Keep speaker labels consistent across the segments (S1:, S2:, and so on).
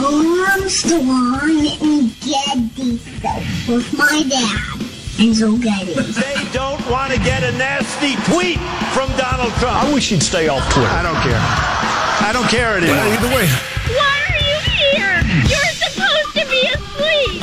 S1: comes to one, let me get these things with my dad. And so get it.
S2: They don't want to get a nasty tweet from Donald Trump.
S3: I wish he'd stay off Twitter.
S4: I don't care. I don't care anymore.
S3: Well, either way,
S5: Why are you here? You're supposed to be asleep.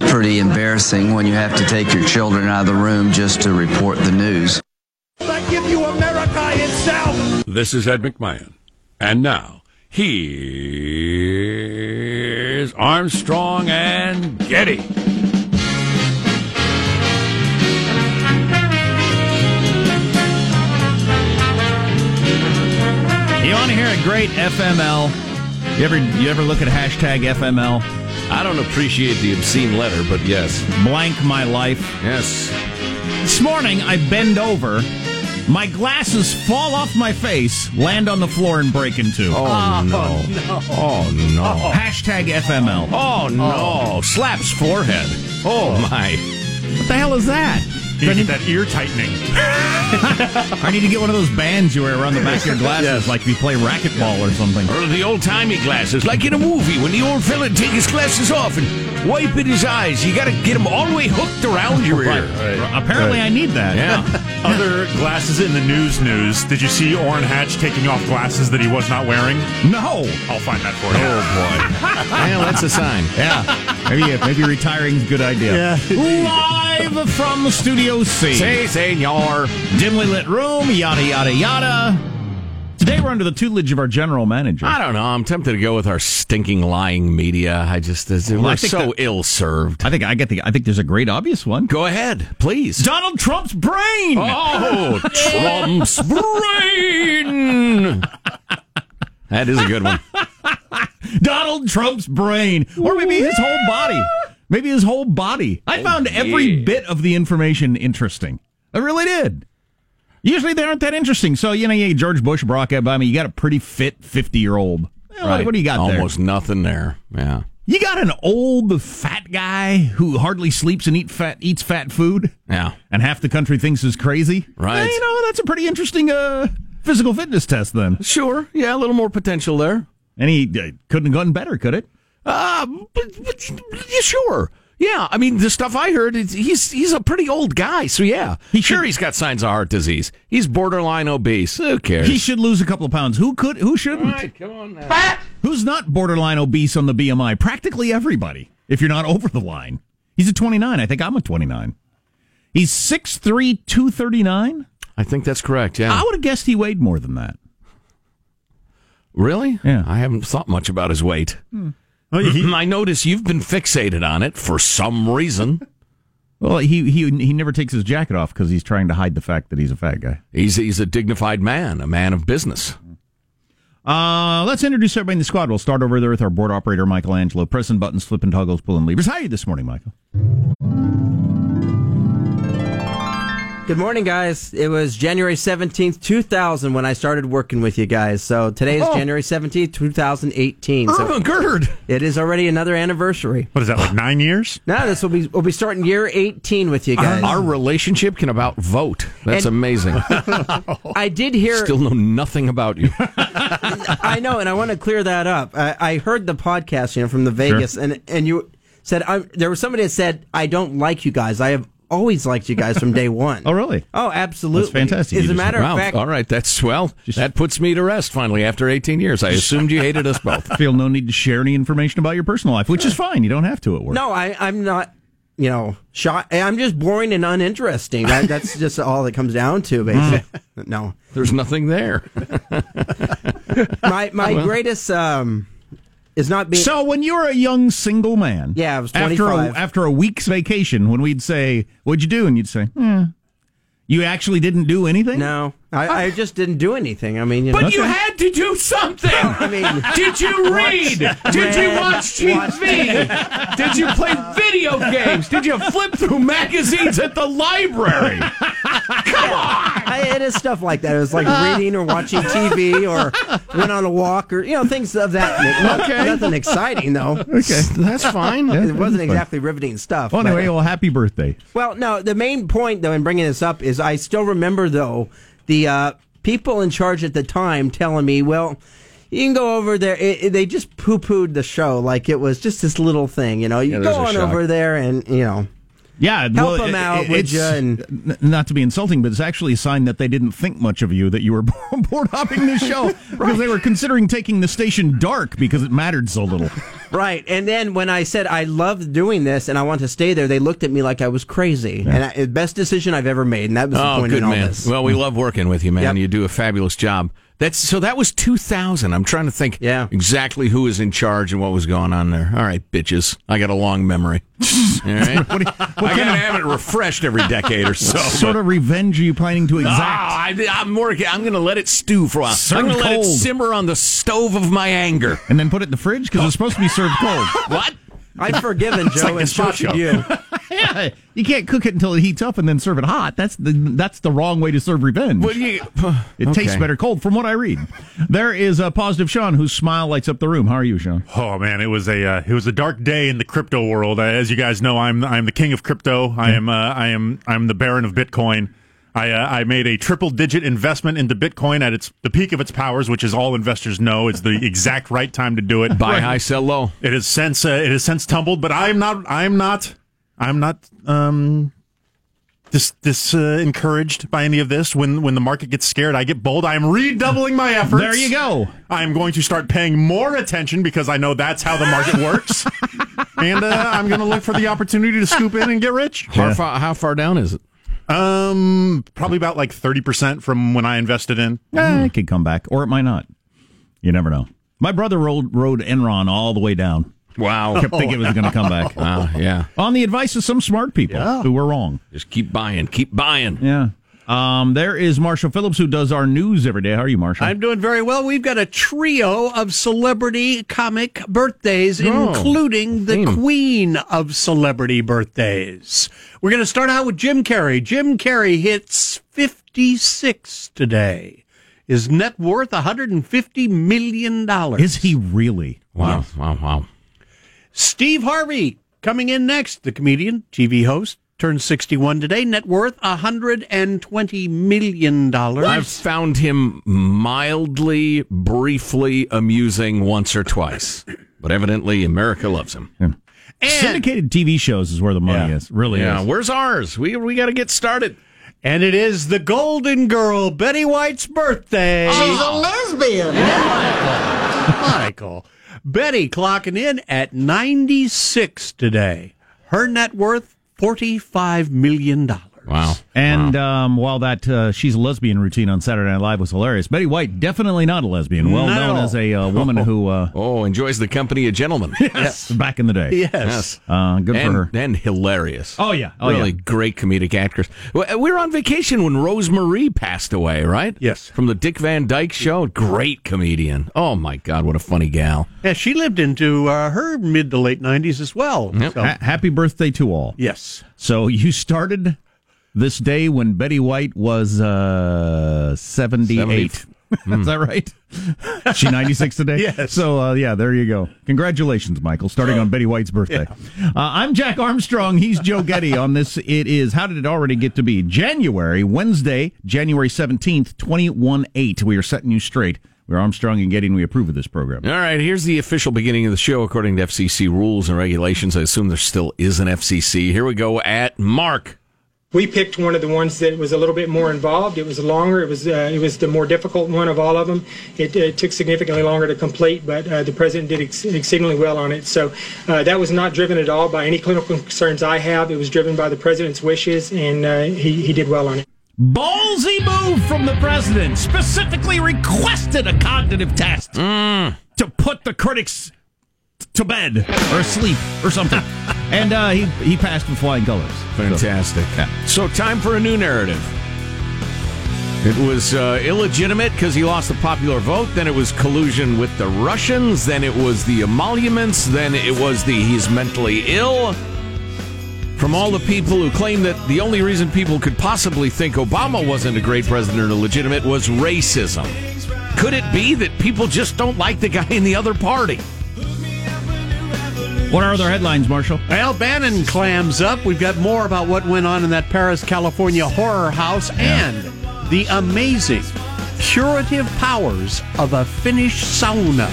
S6: pretty embarrassing when you have to take your children out of the room just to report the news.
S2: I give you America itself.
S7: This is Ed McMahon. And now, here's Armstrong and Getty.
S8: You want to hear a great FML? You ever you ever look at hashtag FML? I don't appreciate the obscene letter, but yes. Blank my life. Yes. This morning I bend over, my glasses fall off my face, land on the floor, and break in two.
S7: Oh, no.
S8: Oh no. Hashtag FML.
S7: Oh, no.
S8: Slaps forehead. Oh my. What the hell is that? You need that ear tightening. I need to get one of those bands you wear around the back of your glasses, like if you play racquetball or something.
S7: Or the old timey glasses, like in a movie when the old fella take his glasses off and wipe at his eyes. You got to get them all the way hooked around your ear.
S8: Apparently, I need that.
S9: Yeah. Other glasses in the news news. Did you see Orrin Hatch taking off glasses that he was not wearing?
S8: No.
S9: I'll find that for you. Oh, boy.
S8: Well, that's a sign. Yeah. Maybe uh, maybe retiring's a good idea. Live from Studio C.
S7: Say, senor.
S8: Dimly lit room, yada yada yada. Today we're under the tutelage of our general manager.
S7: I don't know. I'm tempted to go with our stinking lying media. I just we're
S8: Well, I think
S7: so
S8: that-
S7: ill served.
S8: I think I get the. I think there's a great obvious one.
S7: Go ahead, please.
S8: Donald Trump's brain.
S7: Oh, Trump's brain. That is a good one.
S8: Donald Trump's brain, or maybe his whole body. Maybe his whole body.
S7: Oh,
S8: I found every bit of the information interesting. I really did. Usually they aren't that interesting. So you know, yeah, George Bush, Barack Obama, you got a pretty fit fifty-year-old. Well,
S7: Right.
S8: What do you got there?
S7: Almost nothing there. Yeah.
S8: You got an old fat guy who hardly sleeps and eat fat eats fat food,
S7: Yeah.
S8: and half the country thinks is crazy.
S7: Right.
S8: Eh, you know that's a pretty interesting uh, physical fitness test. Then
S7: Sure. Yeah, a little more potential there.
S8: and he uh, couldn't have gone better, could it?
S7: Uh, but, but, yeah, sure. Yeah, I mean the stuff I heard. It's, he's he's a pretty old guy, so yeah. He sure he's got signs of heart disease. He's borderline obese. Who cares?
S8: He should lose a couple of pounds. Who could? Who shouldn't?
S7: come on now.
S8: Who's not borderline obese on the BMI? Practically everybody, if you're not over the line. He's a 29. I think I'm a 29. He's 6'3, 239.
S7: I think that's correct. Yeah.
S8: I would have guessed he weighed more than that.
S7: Really?
S8: Yeah.
S7: I haven't thought much about his weight. Mm, I notice you've been fixated on it for some reason.
S8: Well, he he he never takes his jacket off because he's trying to hide the fact that he's a fat guy.
S7: He's he's a dignified man, a man of business.
S8: Uh, let's introduce everybody in the squad. We'll start over there with our board operator, Michelangelo, pressing buttons, flipping toggles, pulling levers. How are you this morning, Michael?
S10: Good morning, guys. It was January 17th, 2000 when I started working with you guys. So today is
S7: Oh.
S10: January 17th, 2018. So
S8: Oh,
S7: Irma Gerd.
S10: it is already another anniversary.
S9: What is that, like nine years?
S10: Now this will be we'll be starting year 18 with you guys.
S7: Our,
S8: Uh-huh.
S7: our relationship can about vote. That's
S10: And-
S7: amazing.
S10: I did hear
S7: Still know nothing about you.
S10: I know, and I want to clear that up. I, I heard the podcast, you know, from the Vegas, and and you said I, there was somebody that said I don't like you guys. I have always liked you guys from day one.
S8: Oh, really?
S10: Oh, absolutely.
S8: That's fantastic. You
S10: As a
S8: just-
S10: matter
S7: Wow.
S10: of fact,
S7: All right. That's well. that puts me to rest finally after 18 years. I assumed you hated us both.
S8: Feel no need to share any information about your personal life, which is fine. You don't have to at work.
S10: no, I, I'm not. You know, shot. I'm just boring and uninteresting. That, that's just all that comes down to, basically.
S8: Mm.
S10: no,
S7: There's nothing there.
S10: my my greatest um is not being.
S8: So when you were a young single man,
S10: Yeah, I was
S8: after a,
S10: 25.
S8: after a week's vacation, when we'd say, "What'd you do?" and you'd say, "Hmm," you actually didn't do anything.
S10: no, I, I just didn't do anything. I mean, you
S7: But
S10: know.
S7: you had to do something. I
S10: mean,
S7: did you read?
S10: Watch-
S7: Did you
S10: read,
S7: watch TV? did you play video games? Did you flip through magazines at the library?
S10: I, it is stuff like that. It was like reading or watching TV or went on a walk or you know things of that. Not-
S8: Okay.
S10: nothing exciting though.
S8: Okay, that's fine. Yeah,
S10: it wasn't
S8: that's fine.
S10: exactly riveting stuff.
S8: Well,
S10: but-
S8: anyway, well, happy birthday.
S10: Well, no, the main point though in bringing this up is I still remember though the uh, people in charge at the time telling me, well, you can go over there. It, it- they just poo pooed the show like it was just this little thing, you know. You
S8: Yeah,
S10: go
S8: there's a
S10: on
S8: shock.
S10: over there and you know.
S8: Yeah,
S10: Help
S8: well,
S10: them
S8: it-
S10: out,
S8: it-
S10: would
S8: it's-
S10: ya,
S8: n- not to be insulting, but it's actually a sign that they didn't think much of you that you were board hopping the show because they were considering taking the station dark because it mattered so little.
S10: Right, and then when I said I love doing this and I want to stay there, they looked at me like I was crazy. And I, best decision I've ever made, and that was the
S7: Oh,
S10: point
S7: good
S10: in all
S7: man.
S10: this.
S7: Well, we love working with you, man.
S10: Yep.
S7: You do a fabulous job. That's so. That was 2000. I'm trying to think exactly who was in charge and what was going on there. All right, bitches. I got a long memory. All right, I gotta have it refreshed every decade or so.
S8: What sort of revenge are you planning to
S7: No,
S8: exact?
S10: Ah!
S7: I, am working. I'm going to let it stew for a while.
S8: Serve
S7: I'm going to let it
S8: cold.
S7: simmer on the stove of my anger.
S8: And then put it in the fridge because it's supposed to be served cold.
S7: What?
S10: I've forgiven
S8: It's like
S10: Joe and so
S8: gazpacho.
S11: Oh.
S10: should you.
S8: yeah, you can't cook it until it heats up and then serve it hot. That's the that's the wrong way to serve revenge.
S7: Well, you-
S8: it tastes
S7: Okay.
S8: better cold, from what I read. There is a positive Sean whose smile lights up the room. How are you, Sean?
S9: Oh man, it was a uh, it was a dark day in the crypto world. Uh, As you guys know, I'm I'm the king of crypto. I am uh, I am I'm the baron of Bitcoin. I uh, I made a triple digit investment into Bitcoin at its the peak of its powers, which is all investors know. It's the exact right time to do it.
S7: Buy high, sell low.
S9: It has since uh, it has since tumbled, but I'm not I'm not I'm not um this this uh, encouraged by any of this. When when the market gets scared, I get bold. I am redoubling my efforts.
S8: There you go.
S9: I'm going to start paying more attention because I know that's how the market works, and uh, I'm going to look for the opportunity to scoop in and get rich.
S7: How far, how far down is it?
S9: Um, probably about like thirty percent from when I invested in.
S7: Mm-hmm.
S8: Eh, it could come back, or it might not. You never know. My brother rode, rode Enron all the way down.
S7: Wow.
S8: Kept thinking it was going to come back.
S7: Wow, Ah, yeah.
S8: On the advice of some smart people who were wrong.
S7: Just keep buying. Keep buying.
S8: Yeah. Um, there is Marshall Phillips who does our news every day. How are you, Marshall?
S3: I'm doing very well. We've got a trio of celebrity comic birthdays,
S8: Oh.
S3: including the queen of celebrity birthdays. We're going to start out with Jim Carrey. Jim Carrey hits 56 today. His net worth $150 million.
S8: Is he really?
S7: Wow, wow, wow.
S3: Steve Harvey coming in next, the comedian, TV host, turned 61 today, net worth $120 million.
S7: I've found him mildly, briefly amusing once or twice, but evidently America loves him.
S8: Syndicated TV shows is where the money is. Really
S7: yeah,
S8: is.
S7: where's ours? We we got to get started.
S3: And it is the Golden Girl, Betty White's birthday.
S7: Oh.
S1: She's a lesbian.
S3: Michael. Betty clocking in at 96 today. Her net worth $45 million.
S7: Wow.
S8: And Um, while that uh, she's a lesbian routine on Saturday Night Live was hilarious, Betty White definitely not a lesbian. Well
S7: Not at
S8: known
S7: all.
S8: as a uh, woman who uh,
S7: Oh, enjoys the company of gentlemen.
S8: yes, back in the day.
S7: Yes.
S8: Uh, good
S7: and,
S8: for her.
S7: And hilarious. Oh,
S8: yeah. Oh,
S7: really
S8: yeah.
S7: great comedic actress. We we were on vacation when Rose Marie passed away, right? Yes. From the Dick Van Dyke Show. Great comedian. Oh, my God. What a funny gal.
S3: Yeah, she lived into uh, her mid to late 90s as well. So-
S8: Ha- happy birthday to all.
S3: Yes.
S8: So you started this day when Betty White was uh, 78. Is that right? she 96 today? Yes. So, uh, yeah, there you go. Congratulations, Michael, starting on Betty White's birthday. Uh, I'm Jack Armstrong. He's Joe Getty on this. It is, how did it already get to be? January, Wednesday, January 17th, 21 8. We are setting you straight. We're Armstrong and Getty, and we approve of this program.
S7: All right, here's the official beginning of the show according to FCC rules and regulations. I assume there still is an FCC. Here we go at Mark.
S11: We picked one of the ones that was a little bit more involved. It was longer. It was uh, it was the more difficult one of all of them. It, it took significantly longer to complete, but uh, the president did ex- exceedingly well on it. So uh, that was not driven at all by any clinical concerns I have. It was driven by the president's wishes, and uh, he he did well on it.
S8: Ballsy move from the president. Specifically requested a cognitive test
S7: Mm.
S8: to put the critics to bed or asleep or something. and uh, he he passed with flying colors.
S7: Fantastic. So, time for a new narrative. It was uh, illegitimate because he lost the popular vote. Then it was collusion with the Russians. Then it was the emoluments. Then it was the he's mentally ill. From all the people who claim that the only reason people could possibly think Obama wasn't a great president or legitimate was racism. Could it be that people just don't like the guy in the other party?
S8: What are their headlines, Marshall?
S3: Well, Bannon clams up. We've got more about what went on in that Paris, California horror house and the amazing curative powers of a Finnish sauna.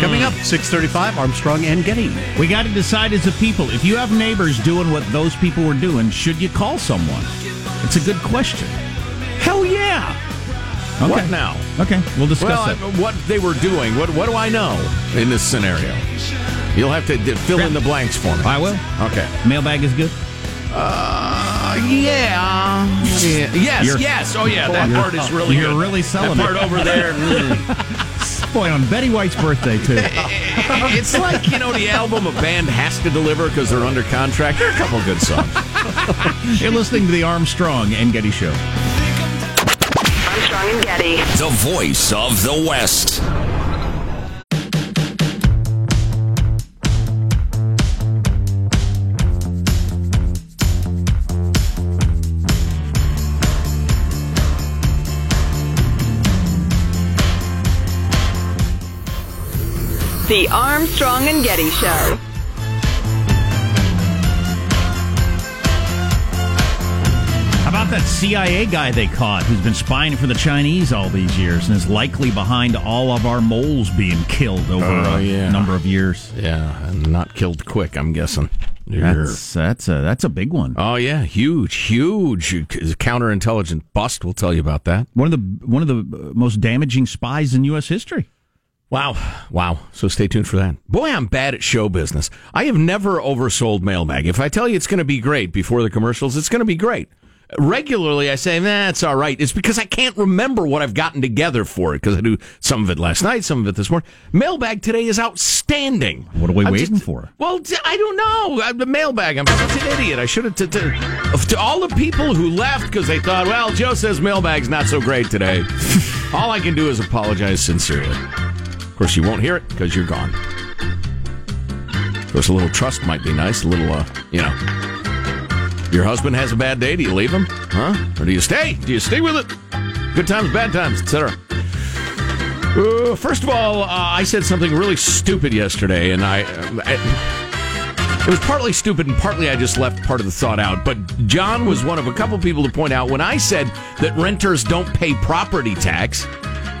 S3: Coming up, 635 Armstrong and Getty.
S8: We got to decide as a people if you have neighbors doing what those people were doing, should you call someone? It's a good question.
S7: Hell yeah!
S8: Okay.
S7: What now?
S8: Okay, we'll discuss
S7: well,
S8: it.
S7: I- what they were doing. What what do I know in this scenario? You'll have to d- fill in the blanks for me. I
S8: will.
S7: Okay.
S8: Mailbag is good.
S7: Uh, yeah. yeah. Yes.
S8: You're-
S7: yes. Oh yeah. That
S8: You're-
S7: part is really.
S8: You're
S7: good.
S8: really selling
S7: that
S8: it.
S7: part over there. mm.
S8: Boy, on Betty White's birthday too.
S7: it's like you know the album a band has to deliver because they're under contract. There are a couple good songs.
S8: You're listening to the Armstrong and Getty Show.
S12: Armstrong and Getty.
S13: The voice of the West.
S12: The Armstrong and Getty Show.
S8: How about that CIA guy they caught who's been spying for the Chinese all these years and is likely behind all of our moles being killed over
S7: Oh,
S8: a
S7: yeah.
S8: number of years?
S7: Yeah, and not killed quick, I'm guessing.
S8: That's that's a that's a big one.
S7: Oh yeah, huge, huge counterintelligence bust. We'll tell you about that.
S8: One of the one of the most damaging spies in U.S. history.
S7: Wow, wow. So stay tuned for that. Boy, I'm bad at show business. I have never oversold mailbag. If I tell you it's going to be great before the commercials, it's going to be great. Regularly, I say, nah, it's all right. It's because I can't remember what I've gotten together for it because I do some of it last night, some of it this morning. Mailbag today is outstanding.
S8: What are we
S7: I'm
S8: waiting
S7: just-
S8: for?
S7: Well, d- I don't know. I'm the mailbag. I'm such an idiot. I should have. T- t- to all the people who left because they thought, well, Joe says mailbag's not so great today. all I can do is apologize sincerely. Of course, you won't hear it because you're gone. Of course, a little trust might be nice. A little, uh, you know. Your husband has a bad day. Do you leave him? Huh? Or do you stay? Do you stay with it? Good times, bad times, etc. Uh, first of all, uh, I said something really stupid yesterday, and I, uh, I- It was partly stupid and partly I just left part of the thought out. But John was one of a couple people to point out when I said that renters don't pay property tax.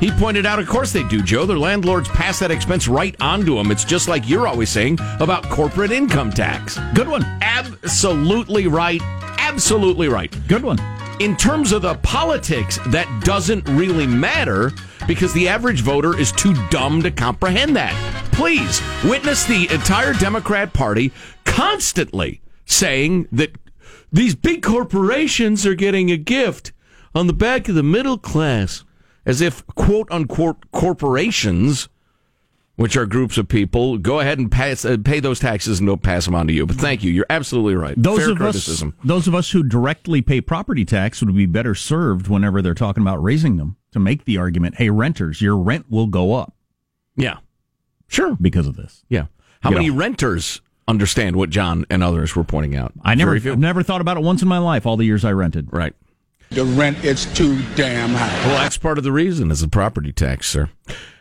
S7: He pointed out, of course they do, Joe. Their landlords pass that expense right onto them. It's just like you're always saying about corporate income tax.
S8: Good one.
S7: Absolutely right. Absolutely right.
S8: Good one.
S7: In terms of the politics, that doesn't really matter because the average voter is too dumb to comprehend that. Please witness the entire Democrat Party constantly saying that these big corporations are getting a gift on the back of the middle class, as if quote unquote corporations which are groups of people. Go ahead and pass, uh, pay those taxes and they'll pass them on to you. But thank you. You're absolutely right.
S8: Those
S7: Fair
S8: of
S7: criticism.
S8: us those of us who directly pay property tax would be better served whenever they're talking about raising them to make the argument, hey renters, your rent will go up.
S7: Yeah. Sure.
S8: Because of this.
S7: Yeah. How
S8: You
S7: many
S8: know.
S7: renters understand what John and others were pointing out?
S8: I never
S7: Very few.
S8: I've never thought about it once in my life, all the years I rented.
S7: Right.
S8: The rent is too damn high.
S7: Well, that's part of the reason is the property tax, sir.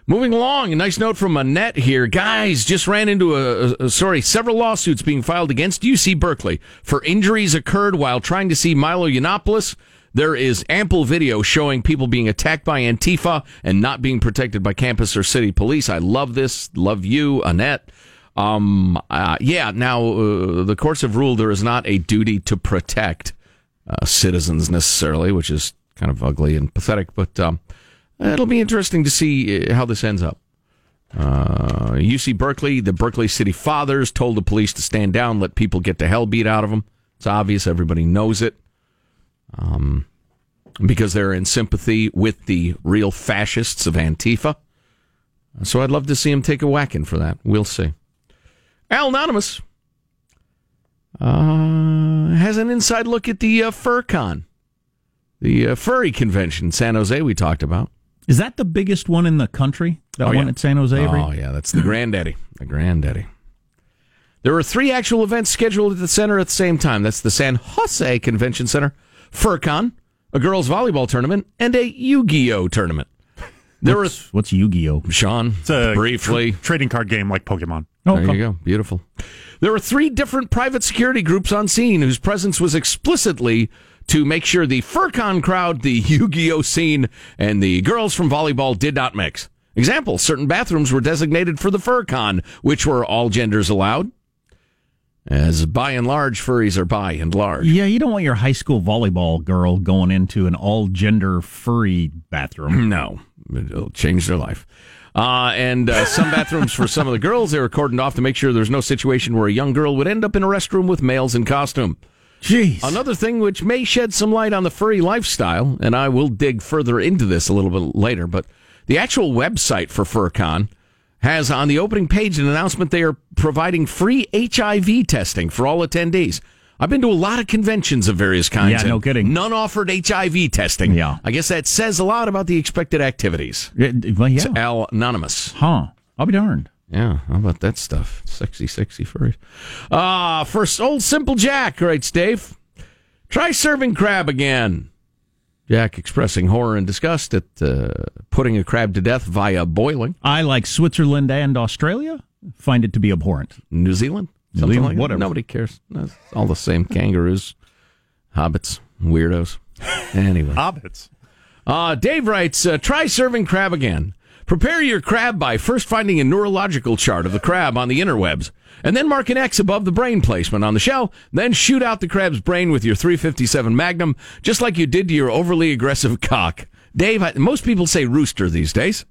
S7: Moving along, a nice note from Annette here. Guys, just ran into a, a- a- sorry, several lawsuits being filed against UC Berkeley for injuries occurred while trying to see Milo Yiannopoulos. There is ample video showing people being attacked by Antifa and not being protected by campus or city police. I love this. Love you, Annette. Um, uh, yeah, now uh, the courts have ruled there is not a duty to protect uh, citizens necessarily, which is kind of ugly and pathetic. But um, it'll be interesting to see uh, how this ends up. Uh, UC Berkeley, the Berkeley City Fathers told the police to stand down, let people get the hell beat out of them. It's obvious, everybody knows it. Um, because they're in sympathy with the real fascists of Antifa. So I'd love to see him take a whacking for that. We'll see. Al Anonymous uh, has an inside look at the uh, FurCon. The uh, furry convention in San Jose we talked about.
S8: Is that the biggest one in the country? That
S7: Oh,
S8: one
S7: yeah.
S8: at San Jose? every-
S7: Oh yeah, that's the granddaddy. The granddaddy. There are three actual events scheduled at the center at the same time. That's the San Jose Convention Center, FurCon, a girls volleyball tournament, and a Yu-Gi-Oh tournament. There what's,
S8: what's Yu-Gi-Oh?
S7: Sean, briefly
S9: trading card game like Pokemon.
S7: Oh, there you go. Beautiful. There were three different private security groups on scene whose presence was explicitly to make sure the FurCon crowd, the Yu-Gi-Oh scene, and the girls from volleyball did not mix. Example: certain bathrooms were designated for the FurCon, which were all genders allowed. As by and large, furries are by and large.
S8: Yeah, you don't want your high school volleyball girl going into an all gender furry bathroom.
S7: No. It'll change their life. Uh, and uh, some bathrooms for some of the girls, they were cordoned off to make sure there's no situation where a young girl would end up in a restroom with males in costume.
S8: Jeez.
S7: Another thing which may shed some light on the furry lifestyle, and I will dig further into this a little bit later, but the actual website for FurCon has on the opening page an announcement they are providing free HIV testing for all attendees. I've been to a lot of conventions of various kinds.
S8: Yeah,
S7: and
S8: no kidding.
S7: None offered HIV testing. Yeah. I guess that says a lot about the expected activities.
S8: well, yeah.
S7: It's Al Anonymous.
S8: Huh. I'll be darned.
S7: Yeah, how about that stuff? Sexy, sexy furries. Ah, first old simple Jack writes Dave. Try serving crab again. Jack expressing horror and disgust at uh, putting a crab to death via boiling.
S8: I like Switzerland and Australia. Find it to be abhorrent.
S7: New Zealand?
S8: New
S7: Something
S8: Zealand,
S7: like that.
S8: whatever.
S7: Nobody cares. That's all the same. Kangaroos, hobbits, weirdos. Anyway.
S9: Hobbits.
S7: Uh, Dave writes uh, Try serving crab again. Prepare your crab by first finding a neurological chart of the crab on the interwebs, and then mark an X above the brain placement on the shell. Then shoot out the crab's brain with your 357 Magnum, just like you did to your overly aggressive cock. Dave, I, most people say rooster these days.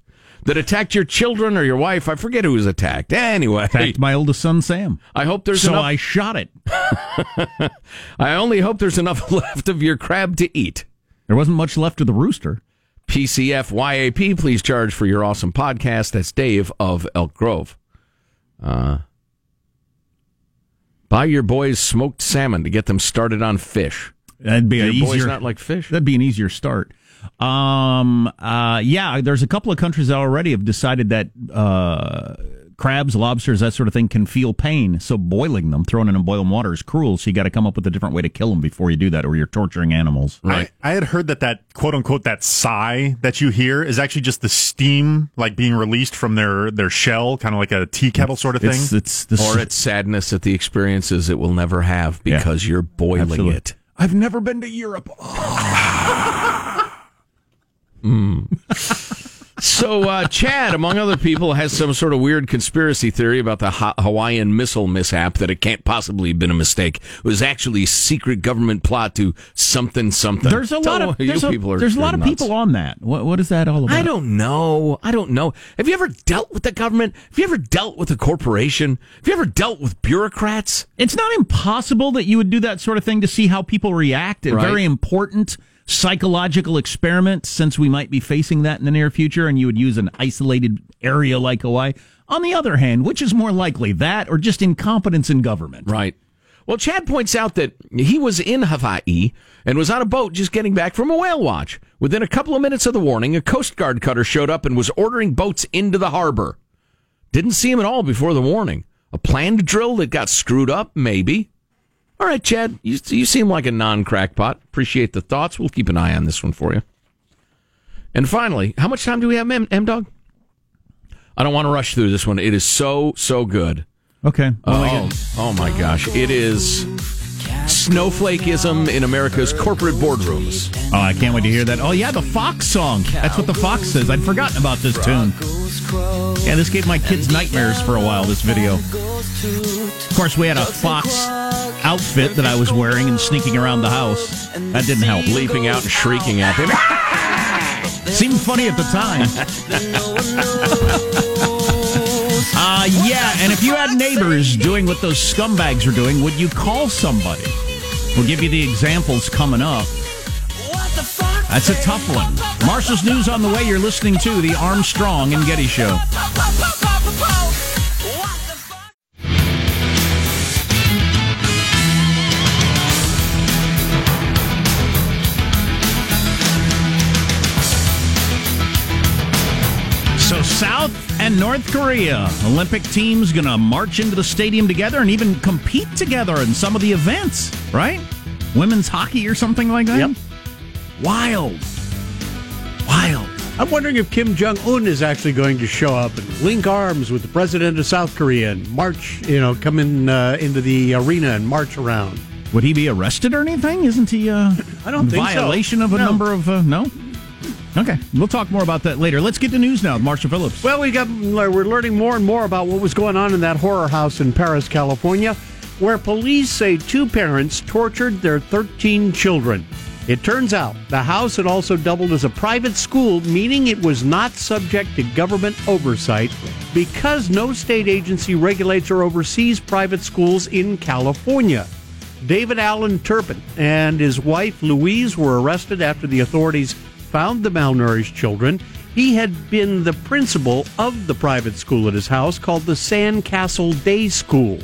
S7: That attacked your children or your wife. I forget who was attacked. Anyway,
S8: Attacked my oldest son, Sam.
S7: I hope there's
S8: so
S7: enough-
S8: I shot it.
S7: I only hope there's enough left of your crab to eat.
S8: There wasn't much left of the rooster.
S7: PCFYAP, please charge for your awesome podcast. That's Dave of Elk Grove. Uh, buy your boys smoked salmon to get them started on fish.
S8: That'd be
S7: Do
S8: an
S7: your boys
S8: easier.
S7: not like fish.
S8: That'd be an easier start. Um. Uh. Yeah. There's a couple of countries that already have decided that uh, crabs, lobsters, that sort of thing, can feel pain. So boiling them, throwing them in boiling water is cruel. So you got to come up with a different way to kill them before you do that, or you're torturing animals.
S9: Right. I, I had heard that that quote unquote that sigh that you hear is actually just the steam like being released from their their shell, kind of like a tea kettle sort of thing.
S7: It's- it's the- Or it's sadness at the experiences it will never have because you're boiling
S9: Absolutely.
S7: it.
S9: I've never been to Europe.
S7: Mm. so, uh, Chad, among other people, has some sort of weird conspiracy theory about the ha- Hawaiian missile mishap that it can't possibly have been a mistake. It was actually a secret government plot to something, something.
S8: There's a lot
S7: Tell
S8: of
S7: you
S8: there's a,
S7: people are
S8: there's a lot of
S7: nuts.
S8: people on that. What what is that all about?
S7: I don't know. I don't know. Have you ever dealt with the government? Have you ever dealt with a corporation? Have you ever dealt with bureaucrats?
S8: It's not impossible that you would do that sort of thing to see how people react. A
S7: Right.
S8: very important psychological experiment since we might be facing that in the near future, and you would use an isolated area like Hawaii. On the other hand, which is more likely, that or just incompetence in government?
S7: Right. Well, Chad points out that he was in Hawaii and was on a boat just getting back from a whale watch. Within a couple of minutes of the warning, a Coast Guard cutter showed up and was ordering boats into the harbor. Didn't see him at all before the warning. A planned drill that got screwed up, maybe. All right, Chad, you, you seem like a non crackpot. Appreciate the thoughts. We'll keep an eye on this one for you. And finally, how much time do we have, M, M- Dog? I don't want to rush through this one. It is so, so good.
S8: Okay.
S7: Oh, oh my gosh. It is snowflakeism in America's corporate boardrooms.
S8: Oh, I can't wait to hear that. Oh yeah, the Fox song. That's what the Fox says. I'd forgotten about this tune. Yeah, this gave my kids nightmares for a while. This video. Of course, we had a Fox outfit that I was wearing and sneaking around the house. That didn't help.
S7: Leaping out and shrieking at him.
S8: Seemed funny at the time. Uh, yeah, and if you had neighbors doing what those scumbags are doing, would you call somebody? We'll give you the examples coming up. That's a tough one. Marshall's News on the way. You're listening to The Armstrong and Getty Show. North Korea. Olympic teams going to march into the stadium together and even compete together in some of the events, right? Women's hockey or something like that? Yep. Wild. Wild.
S3: I'm wondering if Kim Jong Un is actually going to show up and link arms with the president of South Korea and march, you know, come in uh, into the arena and march around.
S8: Would he be arrested or anything? Isn't he? Uh,
S3: I don't think so.
S8: violation of a
S3: No.
S8: number of uh, no. Okay, we'll talk more about that later. Let's get to news now, Marshall Phillips.
S3: Well, we got we're learning more and more about what was going on in that horror house in Paris, California, where police say two parents tortured their 13 children. It turns out the house had also doubled as a private school, meaning it was not subject to government oversight because no state agency regulates or oversees private schools in California. David Allen Turpin and his wife Louise were arrested after the authorities found the malnourished children. He had been the principal of the private school at his house called the Sandcastle Day School.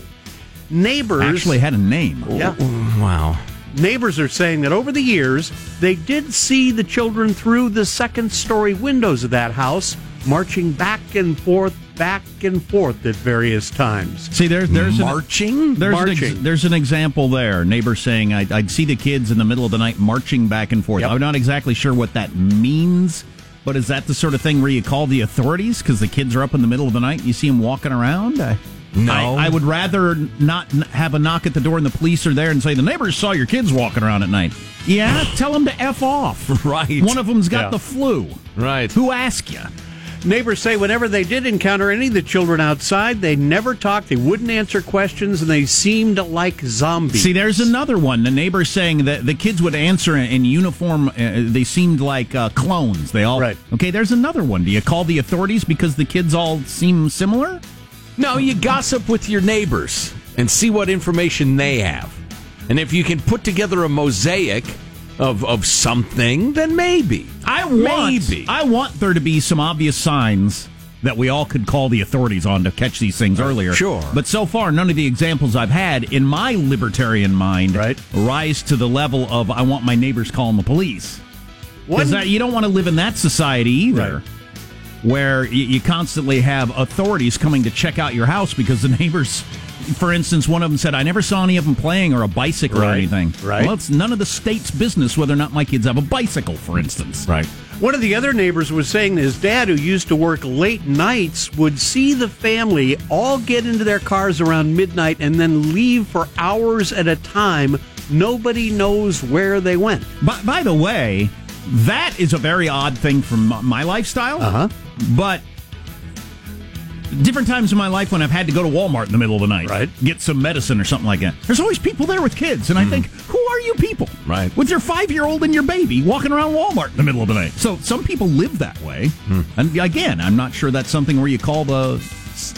S3: Neighbors
S8: Actually had a name.
S3: Yeah.
S7: Wow.
S3: Neighbors are saying that over the years, they did see the children through the second story windows of that house, marching back and forth, back and forth at various times.
S8: See, there's there's
S3: marching.
S8: An, there's An
S3: marching.
S8: ex- there's an example there. Neighbor saying, I, "I'd see the kids in the middle of the night marching back and forth." I'm not exactly sure what that means, but is that the sort of thing where you call the authorities because the kids are up in the middle of the night and you see them walking around? I,
S7: No.
S8: I, I would rather not n- have a knock at the door and the police are there and say the neighbors saw your kids walking around at night. Yeah, tell them to f off.
S7: Right.
S8: One of them's got
S3: Yeah.
S8: the flu.
S7: Right.
S8: Who asked you?
S3: Neighbors say whenever they did encounter any of the children outside, they never talked, they wouldn't answer questions, and they seemed like zombies.
S8: See, there's another one. The neighbor saying that the kids would answer in, in uniform. Uh, they seemed like uh, clones. They all Okay, there's another one. Do you call the authorities because the kids all seem similar?
S7: No, you gossip with your neighbors and see what information they have. And if you can put together a mosaic of, of something, then maybe.
S8: I want. I want there to be some obvious signs that we all could call the authorities on to catch these things
S3: Uh,
S8: earlier.
S7: sure.
S8: But so far, none of the examples I've had in my libertarian mind rise to the level of I want my neighbors calling the police.
S3: One-
S8: Because you don't want to live in that society either. Where y- you constantly have authorities coming to check out your house because the neighbors, for instance, one of them said, I never saw any of them playing or a bicycle or
S3: Right,
S8: anything.
S3: right.
S8: Well, it's none of the state's business whether or not my kids have a bicycle, for instance. Right.
S3: One of the other neighbors was saying his dad, who used to work late nights, would see the family all get into their cars around midnight and then leave for hours at a time. Nobody knows where they went.
S8: By, by the way, that is a very odd thing from my- my lifestyle. Uh huh. But different times in my life when I've had to go to Walmart in the middle of the night, right? Get some medicine or something like that. There's always people there with kids, and I think, who are you people? Hmm. Right. With your five year old and your baby walking around Walmart in the middle of the night. So some people live that way. And again, I'm not sure that's something where you call the s-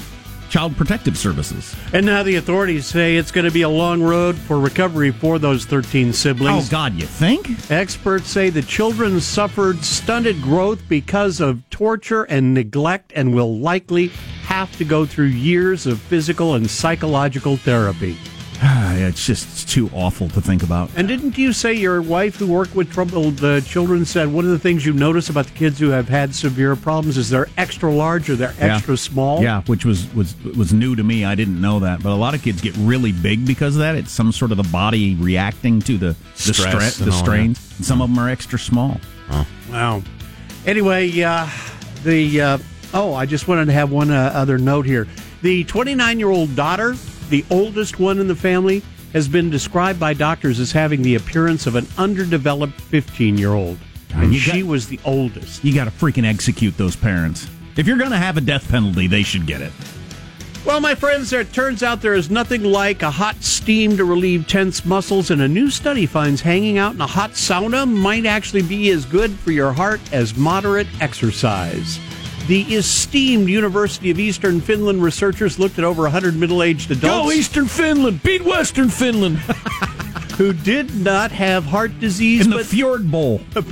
S8: child protective services.
S3: And now the authorities say it's going to be a long road for recovery for those 13 siblings.
S8: Oh, God, you think?
S3: Experts say the children suffered stunted growth because of torture and neglect and will likely have to go through years of physical and psychological therapy.
S8: it's just it's too awful to think about.
S3: And didn't you say your wife, who worked with troubled uh, children, said one of the things you notice about the kids who have had severe problems is they're extra large or they're
S8: Yeah.
S3: extra small?
S8: Yeah, which was was was new to me. I didn't know that, but a lot of kids get really big because of that. It's some sort of the body reacting to the the
S7: Stress
S8: stress,
S7: and
S8: the
S7: all
S8: strains. And some of them are extra small.
S3: Wow. Anyway, uh, the uh, oh, I just wanted to have one uh, other note here. The 29 year old daughter, the oldest one in the family, has been described by doctors as having the appearance of an underdeveloped 15 year old. And
S8: you got-
S3: she was the oldest.
S8: You got to freaking execute those parents. If you're going to have a death penalty, they should get it.
S3: Well, my friends, there it turns out there is nothing like a hot steam to relieve tense muscles, and a new study finds hanging out in a hot sauna might actually be as good for your heart as moderate exercise. The esteemed University of Eastern Finland researchers looked at over 100 middle aged adults.
S7: Go Eastern Finland, beat Western Finland.
S3: who did not have heart disease
S8: in
S3: but,
S8: the Fjord Bowl.
S3: But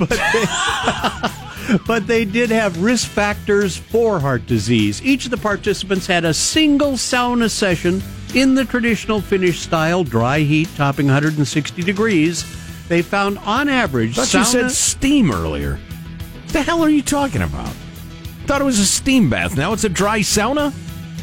S3: they, but they did have risk factors for heart disease. Each of the participants had a single sauna session in the traditional Finnish style, dry heat topping 160 degrees. They found on average
S7: Thought you said
S3: sauna-
S7: steam earlier. What the hell are you talking about? Thought it was a steam bath. Now it's a dry sauna?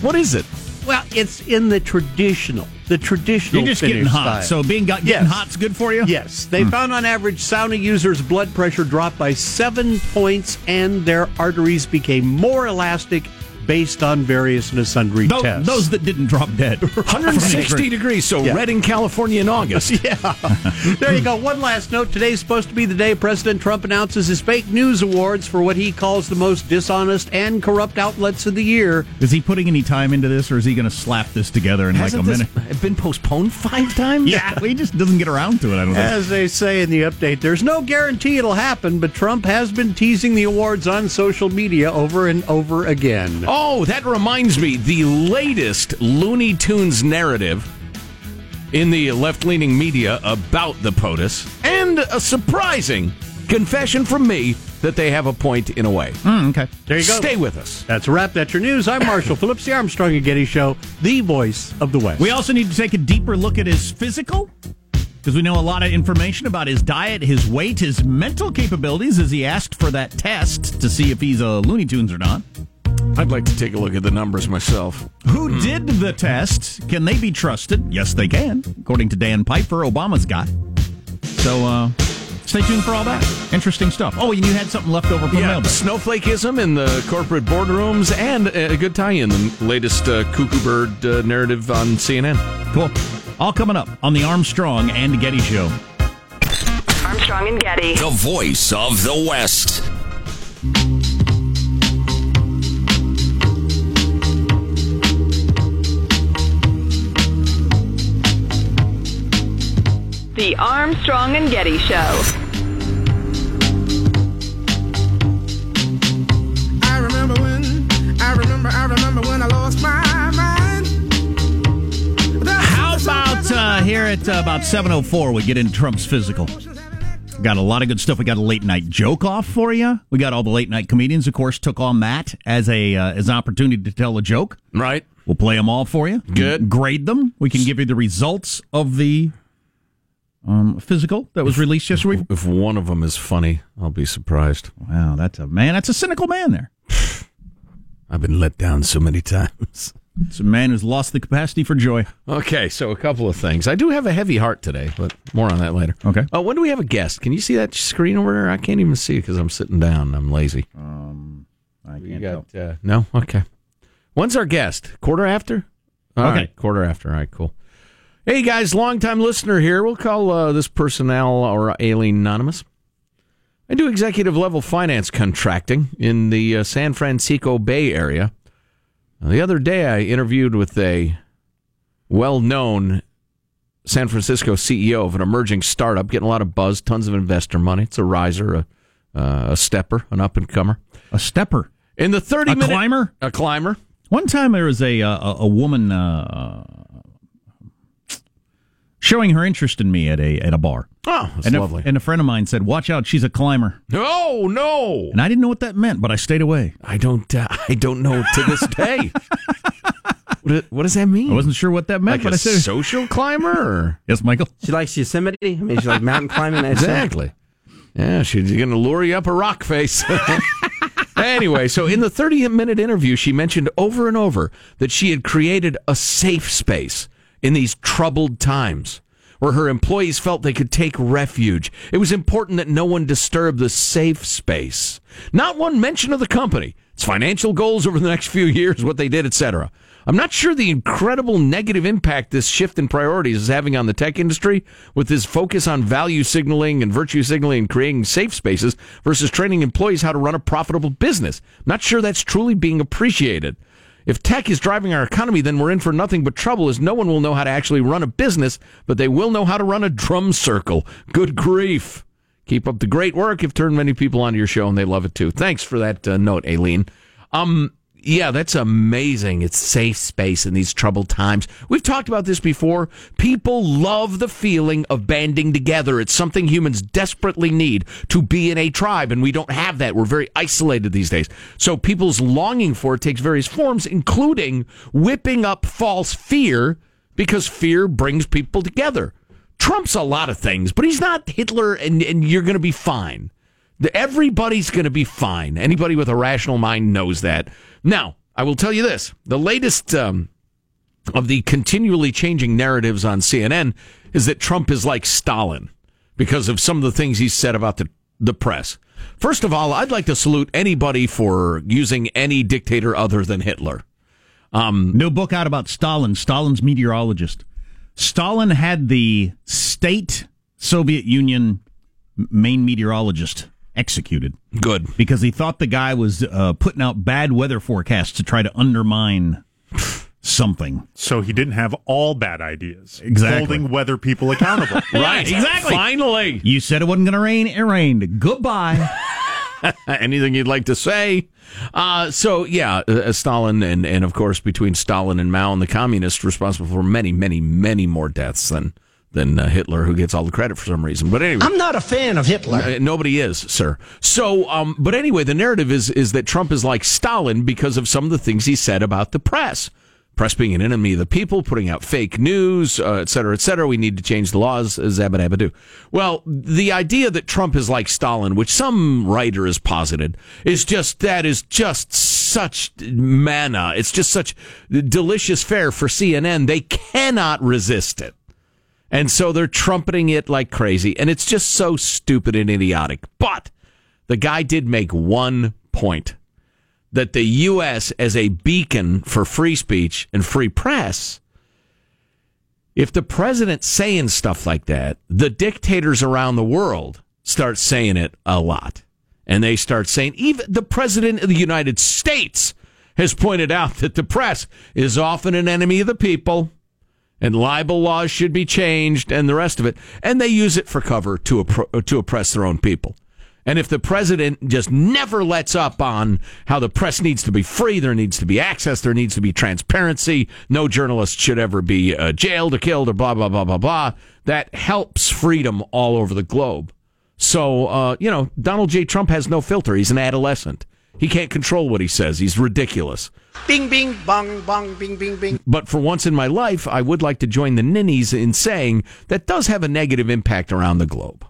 S7: What is it?
S3: Well, it's in the traditional, the traditional.
S7: You're just
S3: Finnish
S7: getting hot, Hmm.
S3: style.
S7: so being got- getting hot's
S3: good for you. Yes, they found on average sauna users' blood pressure dropped by seven points, and their arteries became more elastic based on various and sundry
S8: Tho-
S3: tests.
S8: Oh, those that didn't drop dead.
S3: 160
S7: degrees, so
S3: Yeah.
S7: red in California in August.
S3: yeah. There you go. One last note. Today's supposed to be the day President Trump announces his fake news awards for what he calls the most dishonest and corrupt outlets of the year.
S8: Is he putting any time into this, or is he going to slap this together in
S3: Hasn't
S8: like a
S3: this
S8: minute?
S7: been postponed five times.
S8: Yeah, well, he just doesn't get around to it. I don't think.
S3: As they say in the update, there's no guarantee it'll happen, but Trump has been teasing the awards on social media over and over again.
S7: Oh, that reminds me the latest Looney Tunes narrative in the left leaning media about the POTUS, and a surprising confession from me that they have a point in a way.
S3: Uh,
S8: Hmm, okay.
S3: There you go.
S7: Stay with us.
S3: That's a wrap. That's your news. I'm Marshall Phillips, the Armstrong and Getty Show, the voice of the West.
S8: We also need to take a deeper look at his physical because we know a lot of information about his diet, his weight, his mental capabilities as he asked for that test to see if he's a Looney Tunes or not.
S7: I'd like to take a look at the numbers myself.
S8: Who did the test? Can they be trusted? Yes, they can, according to Dan Piper, Obama's guy. So uh, stay tuned for all that. Interesting stuff. Oh, and you had something left over from
S7: Yeah,
S8: mailbag.
S7: snowflakeism in the corporate boardrooms, and a good tie-in. The latest uh, cuckoo bird uh, narrative on CNN.
S8: Cool. All coming up on the Armstrong and Getty Show.
S12: Armstrong and Getty.
S13: The voice of the West.
S12: The Armstrong and Getty Show.
S14: I remember when, I remember, I remember when I lost my mind.
S8: How about uh, here at uh, about 7.04, we get into Trump's physical. Got a lot of good stuff. We got a late night joke off for you. We got all the late night comedians, of course, took on that as a uh, as an opportunity to tell a joke.
S7: Right.
S8: We'll play them all for you. Good. Grade them. We can give you the results of the um, physical that was released yesterday.
S7: If one of them is funny, I'll be surprised.
S8: Wow, that's a man. That's a cynical man there.
S7: I've been let down so many times.
S8: It's a man who's lost the capacity for joy.
S7: Okay, so a couple of things. I do have a heavy heart today, but more on that later.
S8: Okay.
S7: Oh, when do we have a guest? Can you see that screen over there? I can't even see it because I'm sitting down. and I'm lazy.
S8: Um, I can't
S7: got, uh, no? Okay. When's our guest? Quarter after? All
S8: Okay.
S7: right, quarter after. All right, cool. Hey, guys, longtime listener here. We'll call uh, this person Al or Aileen Anonymous. I do executive level finance contracting in the uh, San Francisco Bay Area. Now, the other day, I interviewed with a well known San Francisco CEO of an emerging startup, getting a lot of buzz, tons of investor money. It's a riser, a, uh, a stepper, an up and comer.
S8: A stepper.
S7: In the 30
S8: A
S7: minute.
S8: climber?
S7: A climber.
S8: One time there was a uh, a, a woman uh, showing her interest in me at a at a bar.
S7: Oh, that's
S8: and
S7: lovely.
S8: A, and a friend of mine said, "Watch out, she's a climber."
S7: No, no.
S8: And I didn't know what that meant, but I stayed away.
S7: I don't. Uh, I don't know to this day. what, what does that mean?
S8: I wasn't sure what that meant,
S7: Hmm. Like
S8: but
S7: a
S8: I said,
S7: social climber?
S8: yes, Michael.
S10: She likes Yosemite. I mean, she likes mountain climbing. I said.
S7: Exactly. Yeah, she's going to lure you up a rock face. anyway, so in the 30 minute interview, she mentioned over and over that she had created a safe space in these troubled times where her employees felt they could take refuge. It was important that no one disturb the safe space. Not one mention of the company, its financial goals over the next few years, what they did, etc. I'm not sure the incredible negative impact this shift in priorities is having on the tech industry with this focus on value signaling and virtue signaling and creating safe spaces versus training employees how to run a profitable business. Not sure that's truly being appreciated. If tech is driving our economy, then we're in for nothing but trouble as no one will know how to actually run a business, but they will know how to run a drum circle. Good grief. Keep up the great work. You've turned many people onto your show and they love it too. Thanks for that uh, note, Aileen. Um, yeah, that's amazing. It's safe space in these troubled times. We've talked about this before. People love the feeling of banding together. It's something humans desperately need to be in a tribe, and we don't have that. We're very isolated these days. So people's longing for it takes various forms, including whipping up false fear because fear brings people together. Trump's a lot of things, but he's not Hitler, and, and you're going to be fine. The- Everybody's going to be fine. Anybody with a rational mind knows that. Now, I will tell you this the latest um, of the continually changing narratives on CNN is that Trump is like Stalin because of some of the things he's said about the, the press. First of all, I'd like to salute anybody for using any dictator other than Hitler. Um,
S8: New book out about Stalin, Stalin's meteorologist. Stalin had the state Soviet Union m- main meteorologist executed.
S7: Good.
S8: Because he thought the guy was uh, putting out bad weather forecasts to try to undermine something.
S9: So he didn't have all bad ideas.
S8: Exactly.
S9: Holding weather people accountable.
S8: Right, exactly.
S7: Finally.
S8: You said it wasn't going to rain. It rained. Goodbye.
S7: Uh, Anything you'd like to say? Uh, so, yeah, uh, Stalin, and, and of course, between Stalin and Mao and the communists, responsible for many, many, many more deaths than than uh, Hitler, who gets all the credit for some reason. But anyway,
S3: I'm not a fan of Hitler.
S7: Uh, Nobody is, sir. So, um, but anyway, the narrative is is that Trump is like Stalin because of some of the things he said about the press. Press being an enemy of the people, putting out fake news, uh, et cetera, et cetera. We need to change the laws, zabba Well, the idea that Trump is like Stalin, which some writer has posited, is just that is just such manna. It's just such delicious fare for CNN. They cannot resist it. And so they're trumpeting it like crazy. And it's just so stupid and idiotic. But the guy did make one point that the U.S., as a beacon for free speech and free press, if the president's saying stuff like that, the dictators around the world start saying it a lot. And they start saying, even the president of the United States has pointed out that the press is often an enemy of the people and libel laws should be changed and the rest of it. And they use it for cover to, oppro- to oppress their own people. And if the president just never lets up on how the press needs to be free, there needs to be access, there needs to be transparency, no journalist should ever be uh, jailed or killed or blah, blah, blah, blah, blah, that helps freedom all over the globe. So, uh, you know, Donald J. Trump has no filter. He's an adolescent. He can't control what he says. He's ridiculous.
S1: Bing, bing, bong, bong, bing, bing, bing.
S7: But for once in my life, I would like to join the ninnies in saying that does have a negative impact around the globe.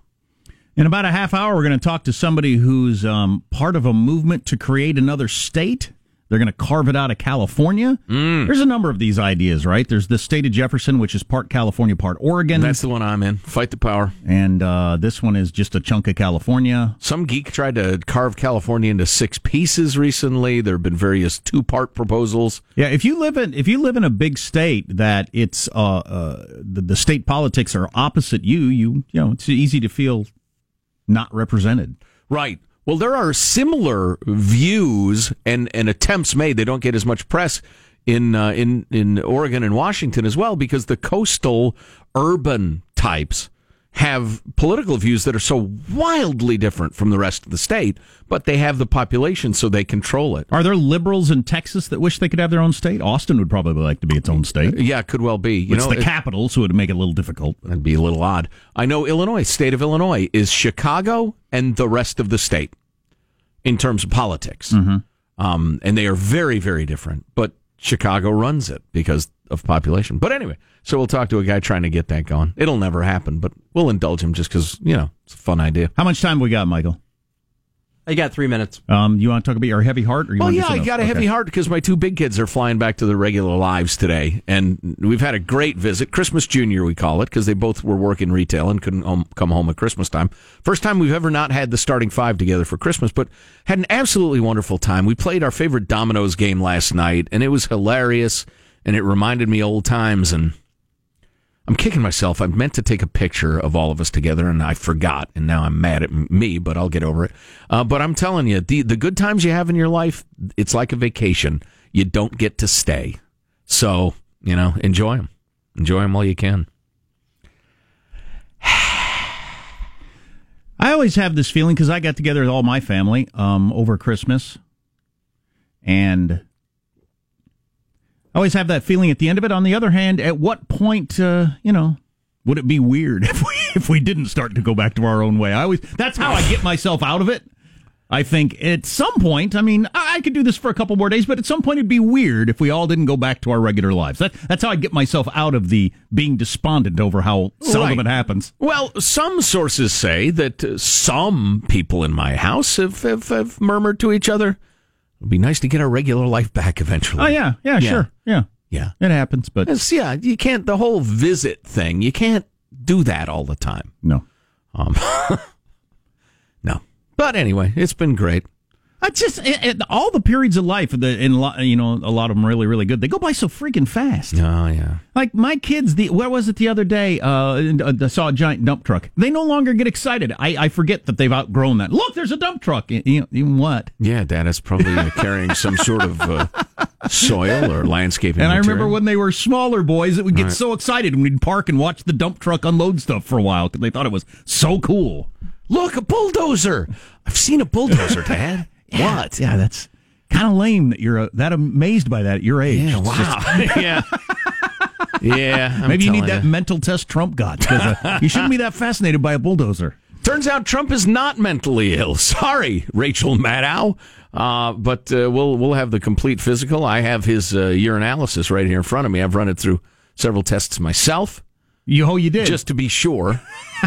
S8: In about a half hour, we're going to talk to somebody who's um, part of a movement to create another state. They're going to carve it out of California. There's a number of these ideas, right? There's the state of Jefferson, which is part California, part Oregon.
S7: That's the one I'm in. Fight the power.
S8: And uh, this one is just a chunk of California.
S7: Some geek tried to carve California into six pieces recently. There have been various two part proposals.
S8: Yeah, if you live in if you live in a big state that it's uh, uh the, the state politics are opposite you, you you know it's easy to feel not represented.
S7: Right. Well, there are similar views and, and attempts made. They don't get as much press in uh, in in Oregon and Washington as well because the coastal urban types have political views that are so wildly different from the rest of the state, but they have the population so they control it.
S8: Are there liberals in Texas that wish they could have their own state? Austin would probably like to be its own state.
S7: Yeah, it could well be. You
S8: it's
S7: know,
S8: the
S7: it-
S8: capital, so it would make it a little difficult.
S7: That'd be a little odd. I know Illinois, state of Illinois, is Chicago and the rest of the state in terms of politics. Um, and they are very, very different. But Chicago runs it because of population. But anyway, so we'll talk to a guy trying to get that going. It'll never happen, but we'll indulge him just because, you know, it's a fun idea.
S8: How much time we got, Michael?
S15: I got three minutes.
S8: Um, you want to talk about your heavy heart? Or you
S7: Well,
S8: wanna do
S7: yeah, I
S8: something
S7: got a
S8: else?
S7: heavy
S8: Okay.
S7: heart because my two big kids are flying back to their regular lives today, and we've had a great visit. Christmas Junior, we call it, because they both were working retail and couldn't home, come home at Christmas time. First time we've ever not had the starting five together for Christmas, but had an absolutely wonderful time. We played our favorite dominoes game last night, and it was hilarious, and it reminded me old times. And I'm kicking myself. I meant to take a picture of all of us together, and I forgot, and now I'm mad at m- me, but I'll get over it. Uh, but I'm telling you, the the good times you have in your life, it's like a vacation. You don't get to stay, so you know, enjoy them, enjoy them while you can.
S8: I always have this feeling because I got together with all my family um, over Christmas, and I always have that feeling at the end of it. On the other hand, at what point, uh, you know, would it be weird if we if we didn't start to go back to our own way? I always that's how I get myself out of it. I think at some point, I mean, I, I could do this for a couple more days, but at some point it'd be weird if we all didn't go back to our regular lives. That, that's how I get myself out of the being despondent over how seldom
S7: Right.
S8: it happens.
S7: Well, some sources say that uh, some people in my house have, have, have murmured to each other, it'd be nice to get our regular life back eventually.
S8: Oh, yeah, yeah, sure. Yeah.
S7: Yeah.
S8: It happens, but.
S7: It's- yeah, you can't, the whole visit thing, you can't do that all the time.
S8: No.
S7: Um, no. But anyway, it's been great.
S8: It's just it, it, all the periods of life, the, in lo, you know, a lot of them really, really good. They go by so freaking fast.
S7: Oh yeah.
S8: Like my kids, the where was it the other day? Uh, and, uh, I saw a giant dump truck. They no longer get excited. I, I forget that they've outgrown that. Look, there's a dump truck. You know, you know what?
S7: Yeah, Dad is probably uh, carrying some sort of uh, soil or landscaping.
S8: And I remember
S7: material.
S8: when they were smaller boys, that we'd get
S7: Right.
S8: so excited when we'd park and watch the dump truck unload stuff for a while because they thought it was so cool.
S7: Look, a bulldozer. I've seen a bulldozer, Dad. What?
S8: Yeah, that's kind of lame that you're uh, that amazed by that at your age. Yeah,
S7: yeah. Yeah. I'm
S8: Maybe you need
S7: telling
S8: that
S7: ya.
S8: mental test Trump got. 'cause, uh, you shouldn't be that fascinated by a bulldozer.
S7: Turns out Trump is not mentally ill. Sorry, Rachel Maddow. Uh, but uh, we'll we'll have the complete physical. I have his uh, urinalysis right here in front of me. I've run it through several tests myself.
S8: You oh, you did
S7: just to be sure.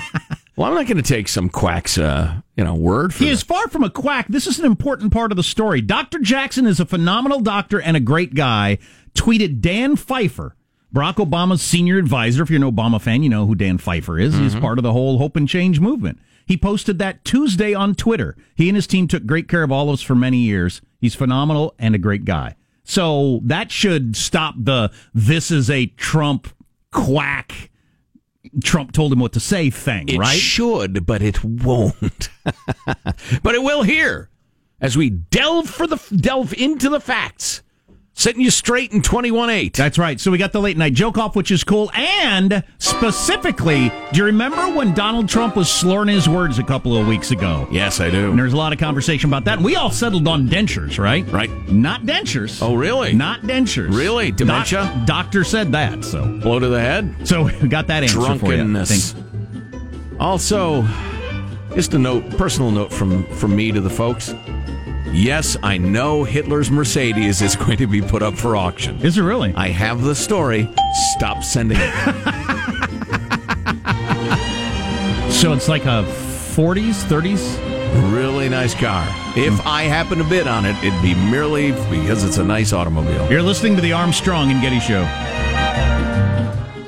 S7: well, I'm not going to take some quack's uh, you know word for
S8: He is far from a quack. This is an important part of the story. Dr. Jackson is a phenomenal doctor and a great guy, tweeted Dan Pfeiffer, Barack Obama's senior advisor. If you're an Obama fan, you know who Dan Pfeiffer is. He's
S7: Mhm.
S8: part of the whole hope and change movement. He posted that Tuesday on Twitter. He and his team took great care of all of us for many years. He's phenomenal and a great guy. So that should stop the this is a Trump quack. Trump told him what to say thing,
S7: It
S8: right?
S7: should, but it won't. but it will here as we delve for the delve into the facts, setting you straight in twenty one eight.
S8: That's right. So we got the late night joke off, which is cool. And specifically, do you remember when Donald Trump was slurring his words a couple of weeks ago?
S7: Yes, I do.
S8: And there's a lot of conversation about that. And we all settled on dentures, right?
S7: Right.
S8: Not dentures. Oh,
S7: really?
S8: Not dentures.
S7: Really?
S8: Doc-
S7: Dementia?
S8: doctor said that. So
S7: blow to the head.
S8: So we got that answer
S7: drunkenness.
S8: for you. I think.
S7: Also, just a note, personal note from from me to the folks. Yes, I know Hitler's Mercedes is going to be put up for auction.
S8: Is it really?
S7: I have the story. Stop sending it.
S8: So it's like a 40s, 30s.
S7: really nice car. If I happen to bid on it, it'd be merely because it's a nice automobile.
S8: You're listening to the Armstrong and Getty Show.